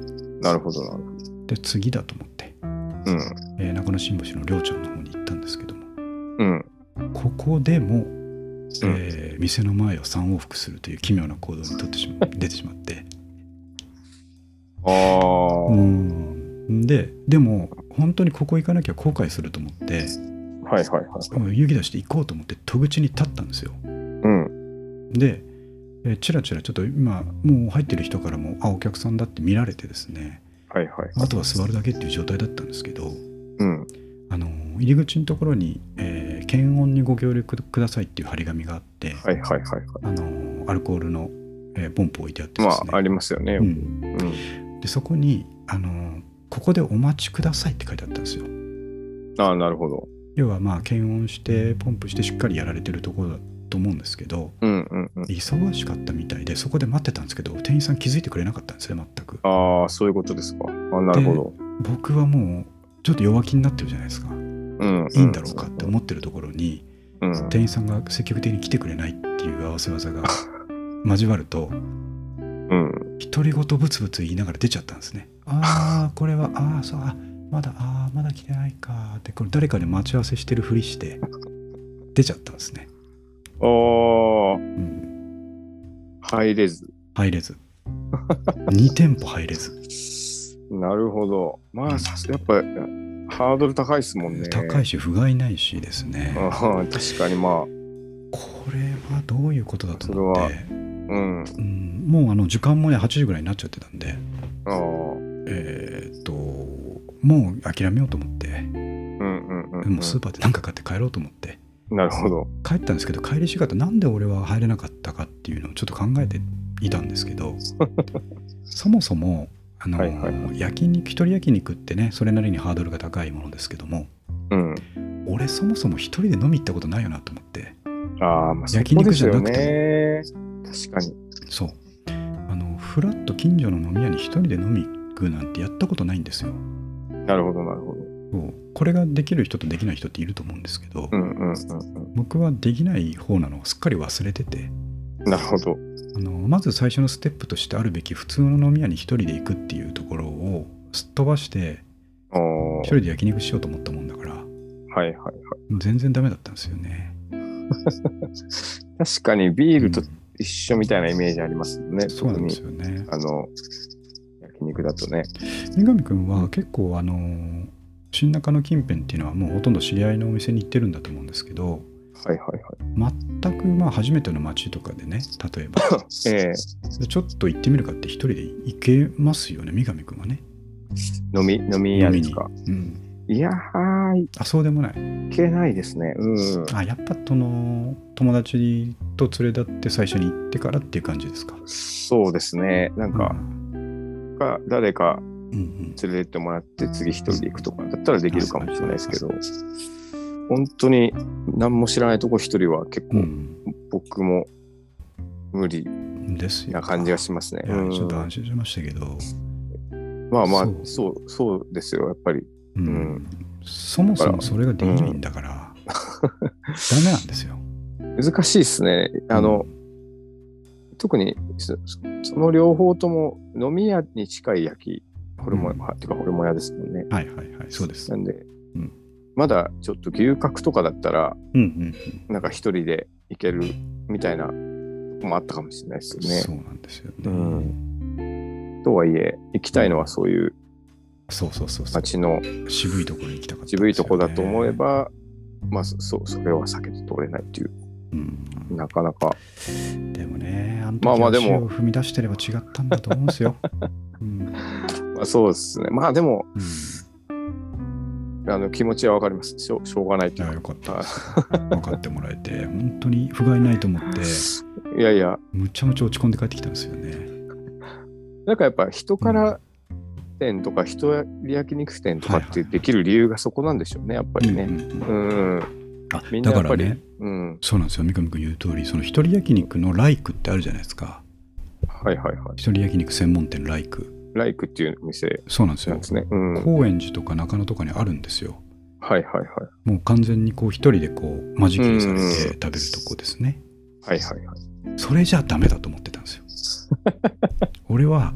B: なるほど、なる
A: で次だと思って、
B: ほど。う
A: えー中野新橋の寮長の方に行ったんですけども
B: ん。うん。
A: ここでも、えー店の前を3往復するという奇妙な行動にとってしま
B: <laughs>
A: 出てしまって
B: ああ、
A: うーんででも本当にここ行かなきゃ後悔すると思って
B: はいはいはい。
A: もう勇気出して行こうと思って戸口に立ったんですよ
B: うん。
A: で、えーちらちらちょっと今もう入ってる人からもあお客さんだって見られてですね
B: はいはい。
A: あとは座るだけっていう状態だったんですけど
B: うん。
A: あのー入り口のところに、えー検温にご協力くださいっていう張り紙があって、
B: はいはいはいはい。
A: あのアルコールの、えーポンプを置いてあって
B: ま
A: ですね、
B: あ、ありますよね。
A: う
B: うん。
A: ん、でそこに、あのここでお待ちください」って書いてあったんですよ
B: ああ、なるほど。
A: 要はまあ検温してポンプしてしっかりやられてるところだと思うんですけど
B: うんうんうん。
A: 忙しかったみたいでそこで待ってたんですけど店員さん気づいてくれなかったんですね全く
B: ああ、そういうことですか。あなるほど。
A: 僕はもうちょっと弱気になってるじゃないですか
B: うん。
A: いいんだろうかって思ってるところに
B: うん。うん
A: 店員さんが積極的に来てくれないっていう合わせ技が交わると
B: うん。
A: 独り言ぶつぶつ言いながら出ちゃったんですね。ああ、これは、ああ、そう、あまだ、ああ、まだ来てないかって、これ誰かで待ち合わせしてるふりして、出ちゃったんですね。
B: あ
A: うん、
B: あ、入れず。
A: 入れ
B: <laughs>
A: ず。2店舗入れず。
B: なるほど。まあ、やっぱ、ハードル高いですもんね。
A: 高い
B: し。
A: し、不甲斐ないしですね。
B: <laughs> 確かに、まあ、
A: これはどういうことだと思っ
B: そ
A: て、
B: うん。
A: うん、もうあの時間もね、8時ぐらいになっちゃってたんで、
B: ああ、
A: えーっと、もう諦めようと思って、
B: うんうんうん。
A: もうスーパーで何か買って帰ろうと思って、
B: なるほど。
A: 帰ったんですけど帰り姿なんで俺は入れなかったかっていうのをちょっと考えていたんですけ
B: <laughs>
A: どそもそもあの、
B: はいはいは
A: 焼肉一人焼肉ってねそれなりにハードルが高いものですけども
B: うん。
A: 俺そもそも一人で飲み行ったことないよなと思って
B: ああ、まあ、そ
A: 焼
B: こ
A: 肉
B: で
A: じ
B: す
A: ゃ
B: よ
A: なく
B: ね。確かに。
A: そうあのふらっと近所の飲み屋に一人で飲み行くなんてやったことないんですよ
B: なるほど、なるほど。
A: そうこれができる人とできない人っていると思うんですけど、
B: うんうんうん
A: 僕はできない方なのをすっかり忘れてて
B: うん。なるほど。
A: あのまず最初のステップとしてあるべき普通の飲み屋に一人で行くっていうところをすっ飛ばして
B: ああ、は
A: 一
B: い
A: 人で焼肉しようと思ったもんだから
B: はいはい。
A: 全然ダメだったんですよね。
B: 確かにビールと
A: うん
B: 一緒みたいなイメージありますよね。
A: そうなんです
B: 特
A: よね
B: に。あの、焼肉だとね。
A: 三上君は結構あの新中の近辺っていうのはもうほとんど知り合いのお店に行ってるんだと思うんですけど
B: はいはいはい。
A: 全くまあ初めての街とかでね例 <laughs> えば
B: ええ
A: でちょっと行ってみるかって一人で行けますよね三上君はね。
B: 飲み、飲み屋ですか。
A: うん、
B: いやー、い
A: あそうでもない。
B: けないですね。うん。
A: あやっぱその友達と連れ立って最初に行ってからっていう感じですか。
B: そうですね。なんか、か誰か
A: うんうん
B: 連れてってもらって、次一人で行くとかだったらできるかもしれないですけど、本当に何も知らないとこ一人は結
A: う
B: 構
A: ん
B: 僕も無理
A: うん、ですよ。
B: な感じがしますね。
A: いや
B: うん
A: ちょっと安心しましたけど、
B: まあまあ
A: そ、う
B: そう、そうですよ、やっぱり。
A: うん
B: うん
A: そもそもそれができないんだから、ダメなんですよ。
B: 難しいですね。あの、特にそ、そその両方とも飲み屋に近い焼き、ホルモン、
A: うん
B: はてかホルモン屋ですもんね。
A: はいはいはい、そうです。
B: な
A: うん
B: で、
A: うん
B: まだちょっと牛角とかだったら、
A: んうん
B: なんか一人で行けるみたいなとこもあったかもしれないです
A: うん、
B: よね。
A: そうなんですよね。
B: うん、とはいえ、行きたいのはそういう
A: そうそうそうそう。
B: 街の
A: 渋いところに行きたかったんですよね、
B: 渋いとこだと思えば、まあそそそれは避けて通れないという
A: うん
B: なかなか。
A: でもね、あの時
B: まあまあでも
A: 足を踏み出してれば違ったんだと思うんです
B: <laughs>
A: よ。うん
B: まあ、そうですね。まあでも、
A: うん、
B: あの気持ちはわかります。しょうしょうがないって
A: い
B: いう
A: や
B: か。
A: よかったです。分かってもらえて、本当に不甲斐ないと思って、
B: いやいや、
A: むちゃむちゃ落ち込んで帰ってきたんですよね。
B: なんかやっぱ人から店とか人や焼肉店とか
A: は
B: っ
A: いはい
B: て
A: はい
B: できる理由がそこなんでしょうね、やっぱり
A: う
B: ね。
A: んうんう
B: うんん。
A: あ
B: みんな
A: だ
B: や
A: か
B: っぱ
A: ら
B: り
A: ね、
B: うん。
A: そうなんですよ、三上君言う通り、その一人焼肉のライクってあるじゃないですか。
B: はいはいはい。
A: 一人焼肉専門店ライク。
B: ライクっていうお店
A: そうなんです
B: なん
A: よ
B: で。すね。うん。はい
A: 高円寺とか中野とかにあるんですよ。
B: はいはい。
A: もう完全にこう一人でこう間仕切りされ
B: うんうん
A: て食べるとこですね。
B: はいはいはい。
A: それじゃダメだと思ってたんですよ。俺は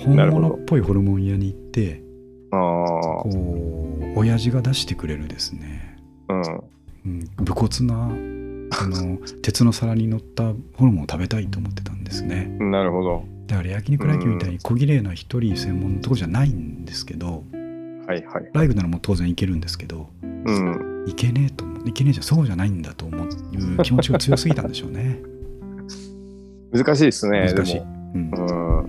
A: 本
B: なるほど
A: 物っぽいホルモン屋に行って、
B: あ
A: こう、親父が出してくれるですね、
B: あ。う
A: う
B: ん。
A: ん、武骨な、あの、鉄の皿に乗ったホルモンを食べたいと思ってたんですね。
B: なるほど。
A: だから焼肉ライクみたいに小綺麗な一人専門のとこじゃないんですけど、
B: はいはい。
A: ライブならもう当然いけるんですけど、
B: うん。
A: いけねえと思う、いけねえじゃそうじゃないんだと思ういう気持ちが強すぎたんでし
B: <laughs>
A: ょうね。
B: 難しいですね、で
A: 難しい。
B: も。
A: うん
B: うん。は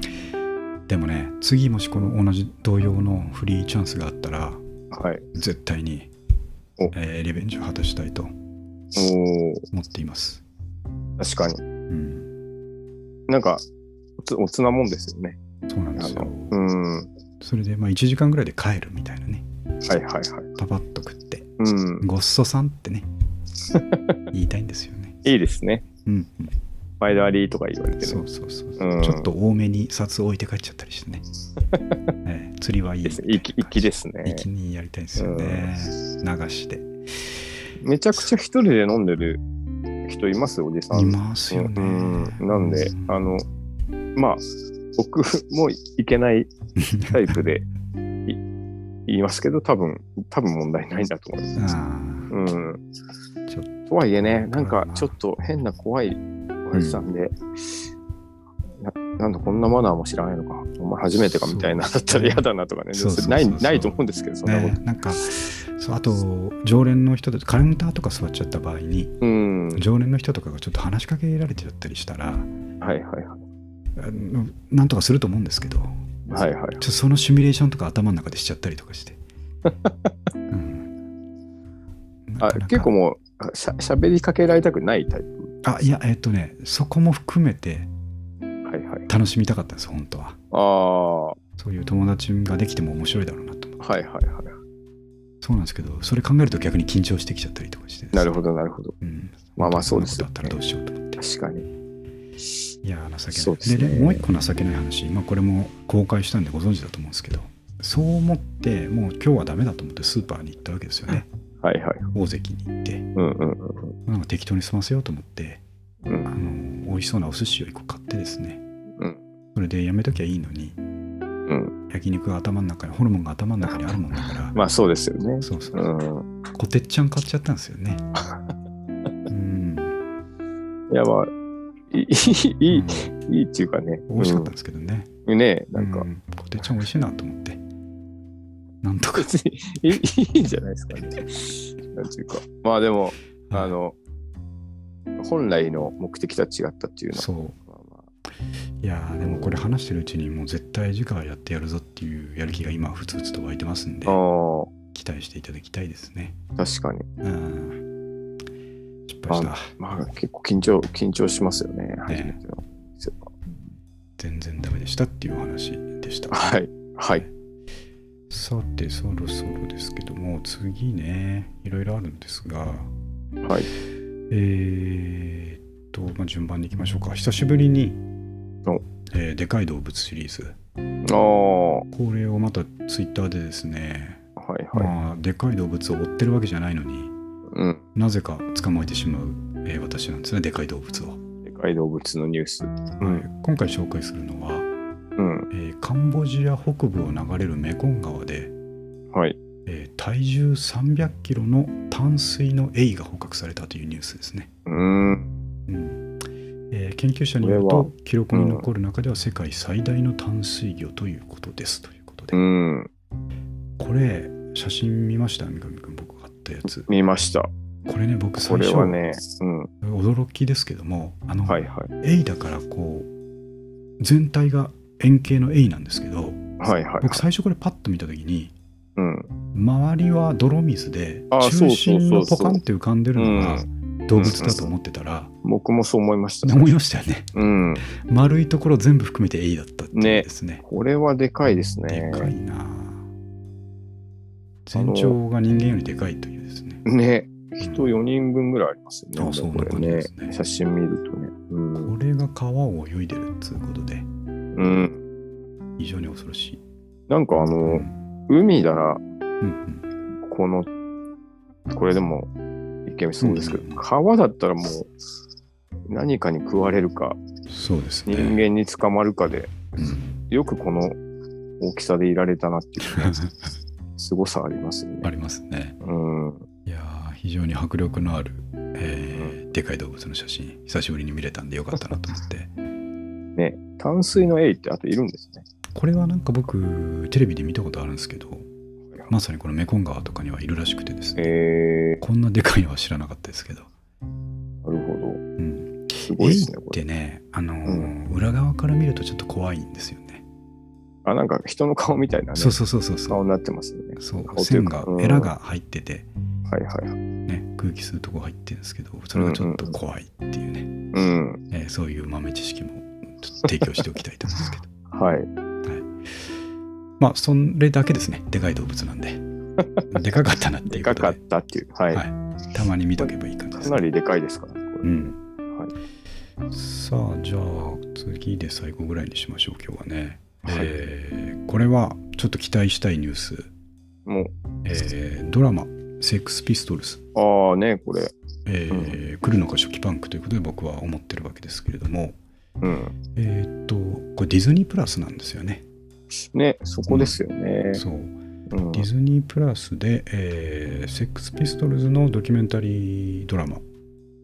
A: でもね、次もしこの同じ同様のフリーチャンスがあったら、
B: い。
A: 絶対に
B: お、
A: えーリベンジを果たしたいと
B: おお
A: 思っています。
B: 確かに。
A: うん、
B: なんか、おつおつなもんですよね。
A: そうなんで
B: あ
A: す
B: の
A: よ。、
B: うん。は
A: それで、まあ、1時間ぐらいで帰るみたいなね、
B: いはいはい。
A: パパッと食って、
B: うん。
A: ごっそさん
B: <laughs>
A: ってね、言いたいんですよね。
B: いいですね。
A: うん、
B: 前田リーとか言われて
A: そ
B: る。
A: うそうそう、
B: うん
A: ちょっと多めに札を置いて帰っちゃったり
B: <laughs>
A: してね。ええ釣りはいい
B: で
A: み
B: す
A: た
B: ね
A: いな
B: 粋粋ですね。
A: 粋にやりたいんですよね。流して。
B: めちゃくちゃ一人で飲んでる人いますおじさん。
A: いますよね。
B: うん、なんで、
A: うん
B: あの、まあ、僕もいけないタイプでい <laughs> 言いますけど、多分、多分問題ないんだと思います。
A: ああ
B: うん。
A: ちょっ
B: とはいえね、なんかちょっと変な怖いおやじさんで、ななんだこんなマナーも知らないのか、お前初めてかみたいな
A: そ
B: だ
A: う
B: っ
A: です
B: たら
A: ね
B: 嫌だなとかね、
A: そうそうそうそう
B: ないないと思うんですけど、そんなこと。
A: ね、なんかそうあと常連の人でカウンターとか座っちゃった場合に
B: うん。
A: 常連の人とかがちょっと話しかけられちゃったりしたらあ
B: はいはいはい。
A: のなんとかすると思うんですけどちょ
B: はいはい。
A: っとそのシミュレーションとか頭の中でしちゃったりとかして、
B: <laughs>
A: うん、
B: あ
A: なかなか
B: 結構もうしゃ喋りかけられたくないタイプ。
A: あいやえっとねそこも含めて
B: はいはい。
A: 楽しみたかったんです本当は
B: ああ、は
A: そういう友達ができても面白いだろうなと思う
B: いはいは
A: そうなんですけどそれ考えると逆に緊張してきちゃったりとかして、
B: い。なるほどなるほど。
A: うん、
B: まあまあそうです
A: だ
B: よ
A: っ、たらどうしようと思って
B: 確かに。
A: いやー
B: そ
A: 情
B: うで
A: けな
B: す
A: いで
B: ね
A: もう一個情けない話、まあ、これも公開したんでご存知だと思うんですけどそう思ってもう今日はダメだと思ってスーパーに行ったわけですよね
B: はいはい。
A: 大関に行って
B: うんうん
A: なんか適当に済ませようと思って
B: うん。う
A: あの
B: ん
A: ー美味しそうなお寿司を一個買ってですね
B: うん
A: それでやめときゃいいのに
B: うん。
A: 焼肉が頭の中にホルモンが頭の中にあるもんだから、
B: <laughs> まあそうですよね。。
A: そうそううそうんこてっちゃん買っちゃったんですよ
B: <laughs>
A: ねうん
B: いやまあ、いい、いい、
A: うん
B: いいっていうかね。
A: 美味しかったんですけどね、
B: うんねなんか
A: う、んこてっちゃん美味しいなと思ってなんとか
B: 別にいいいいんじゃないですかね。なんていうか。まあでも、あの、本来の目的とは違ったっていうのは。
A: そう
B: まあまあ
A: いやーでもこれ話してるうちにもう絶対次回やってやるぞっていうやる気が今ふつふつと湧いてますんで
B: あー
A: 期待していただきたいですね
B: 確かに。
A: うん失敗した
B: まあ結構緊張、緊張しますよね。初めての店は。
A: 全然ダメでしたっていうお話でした
B: はい。はい。
A: さてそろそろですけども次ねいろいろあるんですが
B: はい。
A: えー、っと、まあ、順番に行きましょうか久しぶりに
B: お
A: えーでかい動物シリーズ
B: ああ、は
A: これをまたツイッターでですね、
B: いはい。
A: まあ、でかい動物を追ってるわけじゃないのに
B: うん。
A: なぜか捕まえてしまう、えー私なんですね、でかい動物を。
B: でかい動物のニュース。うん。
A: 今回紹介するのは、
B: うん。
A: えーカンボジア北部を流れるメコン川で、
B: はい。
A: えー体重300キロの淡水のエイが捕獲されたというニュースですね。
B: うーん。
A: うんえー研究者による
B: これ
A: と、記録に残る中では世界最大の淡水魚ということです。ということ
B: う
A: で、
B: ん。
A: これ、写真見ました三上君、僕買ったやつ。
B: 見ました。
A: これね僕
B: こ
A: 最
B: れ
A: 初
B: はね、うん。
A: 驚きですけどもあの、
B: はいはい。
A: A だからこう全体が円形の A なんですけど
B: はいはい。
A: 僕最初これパッと見た時に
B: うん。
A: 周りは泥水で
B: あそうそう
A: 中心
B: そ
A: が
B: うそ
A: ポ
B: う
A: カンって浮かんでるのが
B: う
A: 動物だと思ってたら
B: 僕もそう思いました。
A: 思いましたよね
B: うん。
A: 丸いところ全部含めて A だったっていうですね
B: これはでかいですね。
A: でかいな全長が人間よりでかいというですね
B: ね。人4人分ぐらいありますよね。
A: あそんな
B: これ
A: 感じですね
B: 写真見るとね。う
A: こ
B: ん。
A: れが川を泳いでるっつうことで
B: うん。
A: 非常に恐ろしい
B: なんかあ
A: うん
B: の、海なら、
A: うん
B: この、これでも、一見そうですけ
A: うん
B: ど、川だったらもう、何かに食われるか、
A: うんそうですね
B: 人間に捕まるかで、
A: うん
B: よくこの大きさでいられたなって
A: <laughs>
B: いうね、凄さありますよ
A: あ
B: ね。
A: りますね
B: うん。
A: いやー非常に迫力のある、えーでかい動物の写真久しぶりに見れたんでよかったなと思って
B: ね、淡水のエイってあといるんですね。
A: これはなんか僕テレビで見たことあるんですけどまさにこのメコン川とかにはいるらしくてです
B: え
A: ね、
B: ー、
A: こんなでかいのは知らなかったですけど、
B: なるほ
A: うん、
B: ど。すご
A: エ
B: いで
A: イ
B: すね、
A: っ
B: これ。
A: てねあのー
B: う
A: 裏側から見るとちょっと怖いんですよね
B: あ、なんか人の顔みたいな、ね、
A: そうそうそうそうそ
B: 顔
A: う
B: になってますよね。
A: そう
B: 顔とい
A: 線
B: うか
A: が
B: うん
A: エラが入ってて、
B: はいはいはい。
A: ね、空気吸うとこ入ってるんですけどそれがちょっと怖いっていうね、
B: うん。
A: えーそういう豆知識もちょっと提供しておきたいと思うんですけど
B: はい。
A: まあそれだけですねでかい動物なん
B: <laughs>
A: ででかかったなってい
B: で
A: うこ
B: か
A: と
B: かっ
A: で
B: たっていう。はい。
A: はいたまに見とけばいい感じで
B: か
A: す
B: な
A: ね、
B: りでかいですから、ね、こ
A: う
B: れ。
A: んさあじゃあ次で最後ぐらいにしましょう今日はね、
B: はい
A: えーこれはちょっと期待したいニュース、
B: も
A: えードラマ「セックスピストルス」
B: う、ああね、これ。
A: えー来るのか初期パンクということで僕は思ってるわけですけれども
B: うん。
A: えーっとこれディズニープラスなんですよね
B: ね、そこですよね。
A: そう
B: うん
A: ディズニープラスで、えーセックスピストルズのドキュメンタリードラマ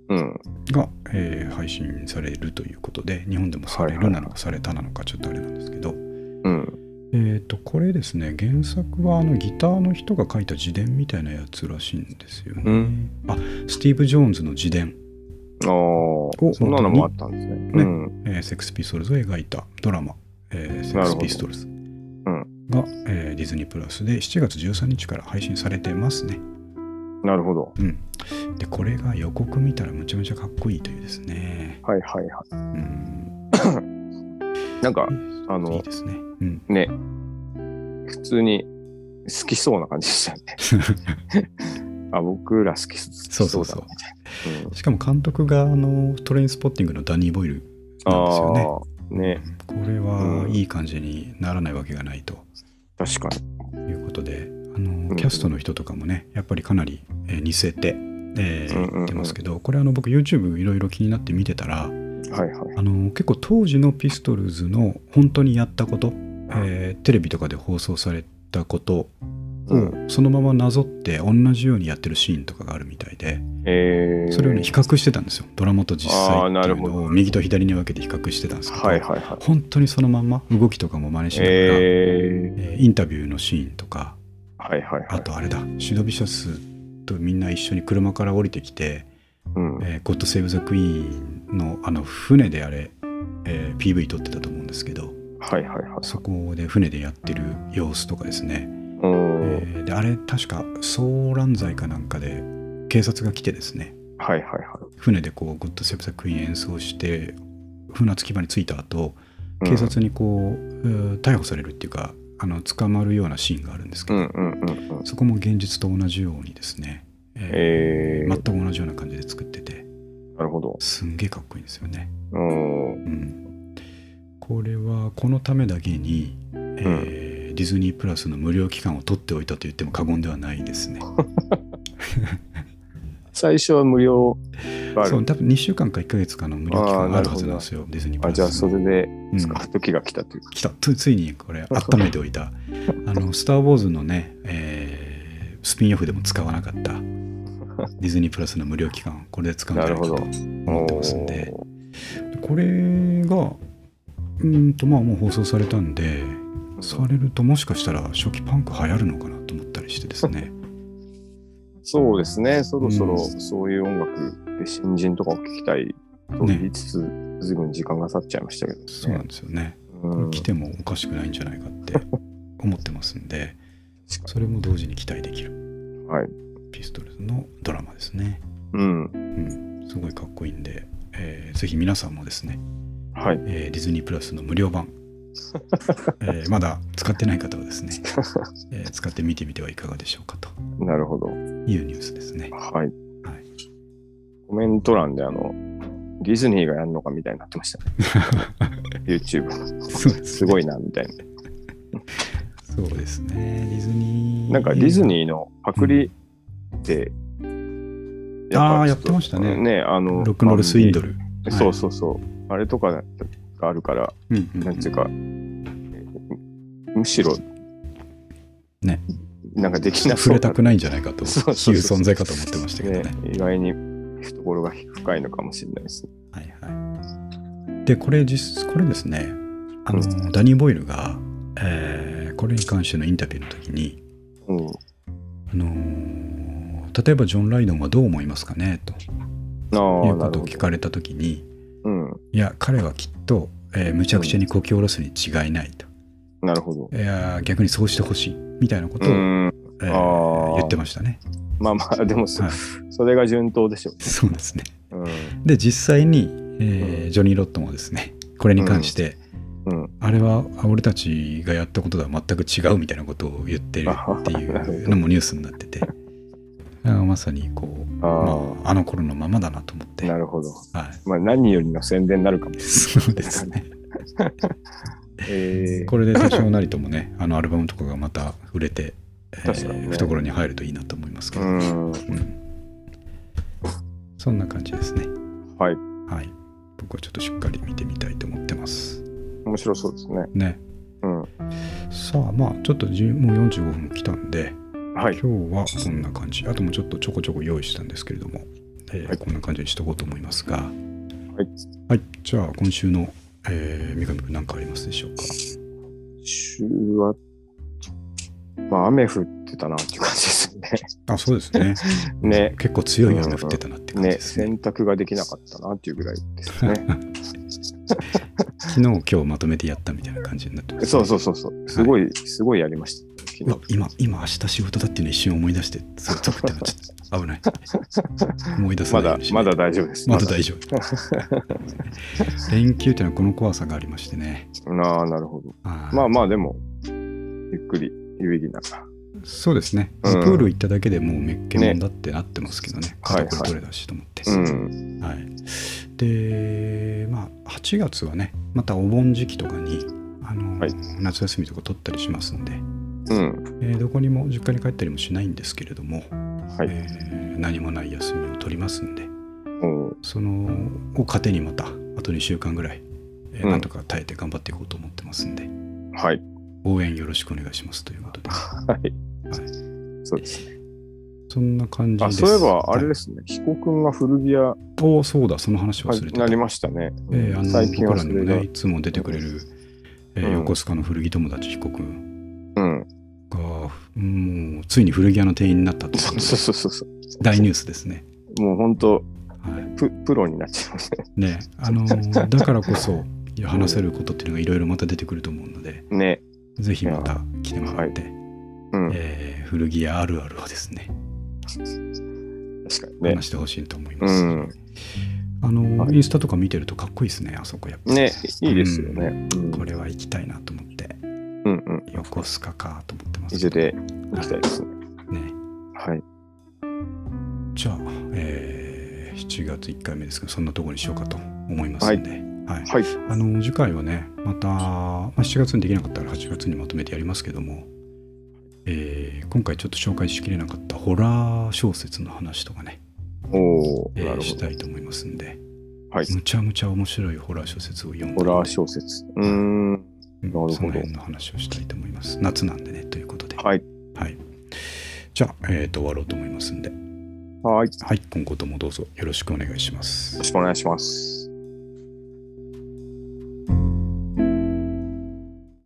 B: うん。
A: が、えー配信されるということで日本でもされ
B: はいは
A: る
B: い
A: なのかされたなのかちょっとあれなんですけど、
B: うん。
A: えー、とこれですね原作はあのギターの人が書いた自伝みたいなやつらしいんですよね、
B: うん
A: あスティーブ・ジョーンズの自伝、
B: ああ、そんなのもあったんですね。
A: ね
B: うん。
A: えーセックスピストルズを描いたドラマ「えーセックスピストルズ」が、えーディズニープラスで7月13日から配信されてますね
B: なるほど。
A: うん、でこれが予告見たらむちゃむちゃかっこいいというですね。
B: はいはいは
A: うん、
B: い。なんか、あの
A: いいですね。うん、
B: ね、普通に好きそうな感じでしたよね。
A: <laughs>
B: あ、僕ら好き
A: そ
B: そう
A: そうう
B: だ
A: そ
B: な
A: う。
B: みたいな。うん
A: しかも監督があのトレインスポッティングのダニー・ボイルなんですよね。
B: ああ、ね、
A: これは
B: うん
A: いい感じにならないわけがないと
B: 確かに。
A: いうことで、あ
B: う
A: の
B: ん
A: キャストの人とかもねやっぱりかなり、えー似せて、えー
B: うんうんうん
A: 言ってますけどこれあの僕 YouTube いろいろ気になって見てたら
B: はいはい。
A: あの結構当時のピストルズの本当にやったこと、えーテレビとかで放送されたことを
B: うん。
A: そのままなぞって同じようにやってるシーンとかがあるみたいで
B: えー、
A: それをね比較してたんですよドラマと実際
B: あー
A: って
B: ないる
A: う
B: ほ
A: のを
B: ど
A: 右と左に分けて比較してたんですけど、
B: はいはいはい。
A: 本当にそのまんま動きとかも真似しながら、え
B: え
A: ーインタビューのシーンとか
B: ー、はいはいは
A: あ
B: い。
A: とあれだシドビシャスとみんな一緒に車から降りてきて
B: うん
A: 「えーゴッド・セーブ・ザ・クイーンの」あの船であれ、えー PV 撮ってたと思うんですけど
B: はいはいはい。
A: そこで船でやってる様子とかですね
B: う
A: え
B: ん。
A: ーであれ確か騒乱罪かなんかで警察が来てですね
B: はいはいはい。
A: 船でこうグッドセプサクイーン演奏して船着き場に着いた後
B: うん
A: 警察にこう、えー逮捕されるっていうかあの捕まるようなシーンがあるんですけ
B: う
A: ど、
B: んうんうんうん。
A: そこも現実と同じようにですね、えー
B: えー
A: 全く同じような感じで作ってて
B: なるほど。
A: すんげえかっこいいんですよね。
B: うん。
A: うん、これはこのためだけに、えーディズニープラスの無料期間を取っておいたと言っても過言ではないですね。
B: 最初は無料があ
A: そ
B: る
A: う。多分2週間か1ヶ月かの無料期間があるはずなんですよ、ディズニープ
B: あ、
A: ラス
B: じ
A: の。
B: ゃあそれで
A: うん
B: 使う時が来たというか。
A: 来たつついにこれ温めておいたあの「スター・ウォーズ」のね、えースピンオフでも使わなかったディズニープラスの無料期間これで使うんじゃないかと
B: なる
A: 思ってますんでこれがうーんとまあもう放送されたんで
B: おー
A: されるともしかしたら初期パンク流行るのかなと思ったりしてですね
B: そうですね、そろそろ
A: うん
B: そういう音楽で新人とかを聞きたいと言いつつ、ずいぶん時間が経っちゃいましたけどね。
A: そうなんですよね。
B: うん
A: 来てもおかしくないんじゃないかって思ってますんで、それも同時に期待できる
B: はい。
A: ピストルズのドラマですね。
B: うん。
A: うん、すごいかっこいいんで、えーぜひ皆さんもですね、
B: はい。
A: えーディズニープラスの無料
B: <laughs>
A: 版、えーまだ使ってない方はですね、えー使ってみてみてはいかがでしょうかと
B: なるほど。
A: いうニュースですね。
B: は
A: は
B: い。
A: い
B: コメント欄で、あの、ディズニーがやるのかみたいになってましたね。YouTube。
A: そうです
B: すごいな、みたいな。
A: そうですね、ディズニー。
B: なんかディズニーのパクリって、
A: ああー、
B: ち
A: や
B: ょ
A: っ
B: と
A: てましたね。
B: ね、あの、
A: ロックンロールスインド
B: ル。
A: ル。はい
B: そうそうそう。あれとかがあるから、
A: うんうんうん
B: なんていうか、むしろ、
A: ね、
B: なんかでき
A: 触
B: なそう
A: れたくないんじゃないかと
B: そうそうそう
A: いう存在かと思ってましたけどね。
B: ね意外に懐が深いのかもしれないですね。
A: はいはい、でこれ実これですねあの、
B: う
A: ダニー・ボイルが、えーこれに関してのインタビューの時に、
B: うん。
A: あのー例えばジョン・ライドンはどう思いますかねと
B: あ
A: い
B: あ、
A: うこ
B: なる
A: と
B: ほ
A: を
B: ど
A: 聞。かれた時に
B: うん。
A: いや彼はきっと、えーむちゃくちゃにこき下ろすに違いないと、
B: なるほど。
A: いやー逆にそうしてほしいみたいなこと
B: う
A: を、
B: ん。
A: えー
B: あー
A: 言ってましたね。
B: まあまあ、でもそ、
A: はい
B: それが順当でしょ
A: そうですね
B: う。うん。
A: で実際に、えー
B: うん
A: ジョニー・ロットンはですねこれに関して、
B: うんう
A: あれはあ俺たちがやったこととは全く違うみたいなことを言ってるってい
B: なるほ
A: う
B: ど
A: のもニュースになっててあまさにこう
B: ああ
A: まあ、あの頃のままだなと思って、
B: な
A: は
B: るほど。
A: い、
B: まあ、何よりの宣伝になるかも。
A: そうですね
B: ええ
A: これで多少なりともねあのアルバムとかがまた売れて、えー
B: 確かにね
A: 懐に入るといいなと思いますけど、
B: うん。
A: うんそんな感じですね
B: はい。
A: はい僕はちょっとしっかり見てみたいと思ってます
B: 面白そうですね。
A: ね
B: うん。
A: さあまあちょっとじもう45分来たんで、
B: はい。
A: 今日はこんな感じあともちょっとちょこちょこ用意したんですけれども、えー
B: はい
A: こんな感じにしとこうと思いますが
B: はい。
A: はいじゃあ今週の、えー、三上君何かありますでしょうか
B: 週は、まあ、雨降ってたなっていう感じですね。
A: あそうですね
B: ね。
A: 結構強い雨降ってたなって感じ
B: ね、
A: ですね
B: 洗濯ができなかったなっていうぐらいですね。
A: 昨日今日まとめてやったみたいな感じになってます、
B: そうそうそうそう。すごい、すごいやりました。昨
A: うわ
B: 日。
A: 今今明日仕事だっていうの一瞬思い出してそうとってなっちゃった危ない思い出さ
B: ま
A: ないよ
B: だ
A: うに、しな
B: ま
A: い
B: だ大丈夫です。
A: まだ大丈夫
B: <laughs>
A: 連休というのはこの怖さがありましてね
B: 夫。なあ、なるほど。
A: はい
B: まあまあ、でも、ゆっくり、有意義な。
A: そうですね、
B: うん
A: プール行っただけでもうめっけもんだってなってますけどね、
B: はい
A: 肩これこれだしと思って、
B: うん。
A: はい、で、まあ、8月はね、またお盆時期とかに、あの
B: はい
A: 夏休みとか取ったりしますんで、
B: うん。
A: えーどこにも実家に帰ったりもしないんですけれども、
B: はい
A: えー何もない休みを取りますんで、
B: うん
A: そのを糧にまた、あと2週間ぐらい、えー
B: うん
A: なんとか耐えて頑張っていこうと思ってますんで、
B: はい。
A: 応援よろしくお願いしますということで、
B: はい。そうですね。
A: そんな感じで
B: あ、
A: す。
B: そういえば、あれ
A: は
B: ですね。彦君が古着屋
A: おーそうだ、その話忘れて
B: にな
A: た
B: り。ましたね。
A: えーあの
B: 最近
A: 僕
B: は
A: ら
B: そ
A: に
B: れ
A: も
B: が
A: ね、い。つも出てくれる、えー
B: うん
A: 横須賀の古着友達彦君
B: うん。
A: が、もうついに古着屋の店員になったというこ
B: そ
A: と
B: う
A: で
B: そうそうそう。
A: 大ニュースですね。
B: もう本当、
A: はい、
B: ププロになっちゃいますね。
A: ねあのーだからこ
B: <laughs>
A: そいや話せることっていうのがいろいろまた出てくると思うので、
B: ね。
A: ぜひまた来てもらって、
B: うん。
A: えー古着屋あるあるをですね、
B: 確かにね。
A: 話してほしいと思いうます。
B: ん。
A: あのー
B: はい
A: インスタとか見てるとかっこいいですね、あそこやっぱり
B: ね、いいですよね。うん。
A: これは行きたいなと思って、
B: うんうん。
A: 横須賀かと思ってま
B: い
A: す
B: ず
A: けど。
B: れ行きたいですね。
A: ね
B: はい。
A: じゃあ、えー7月1回目ですけど、そんなところにしようかと思いますんで、はい
B: はい。
A: あの次回はね、また、まあ、7月にできなかったら8月にまとめてやりますけども、えー今回ちょっと紹介しきれなかったホラー小説の話とかね、
B: おお、
A: えー
B: なるほ
A: し
B: ど
A: た。いと思いますんで、
B: はい。
A: むちゃむちゃ面白いホラー小説を読んで
B: ホラー小説。うーん。
A: うん
B: ほど
A: その辺の話をしたいと思います。夏なんでね、ということで。
B: はい。
A: はいじゃあ、えーと終わろうと思いますんで、
B: はい。よ
A: はい、今後ともどうぞよろしくお願いします
B: ろ。しくお願いします。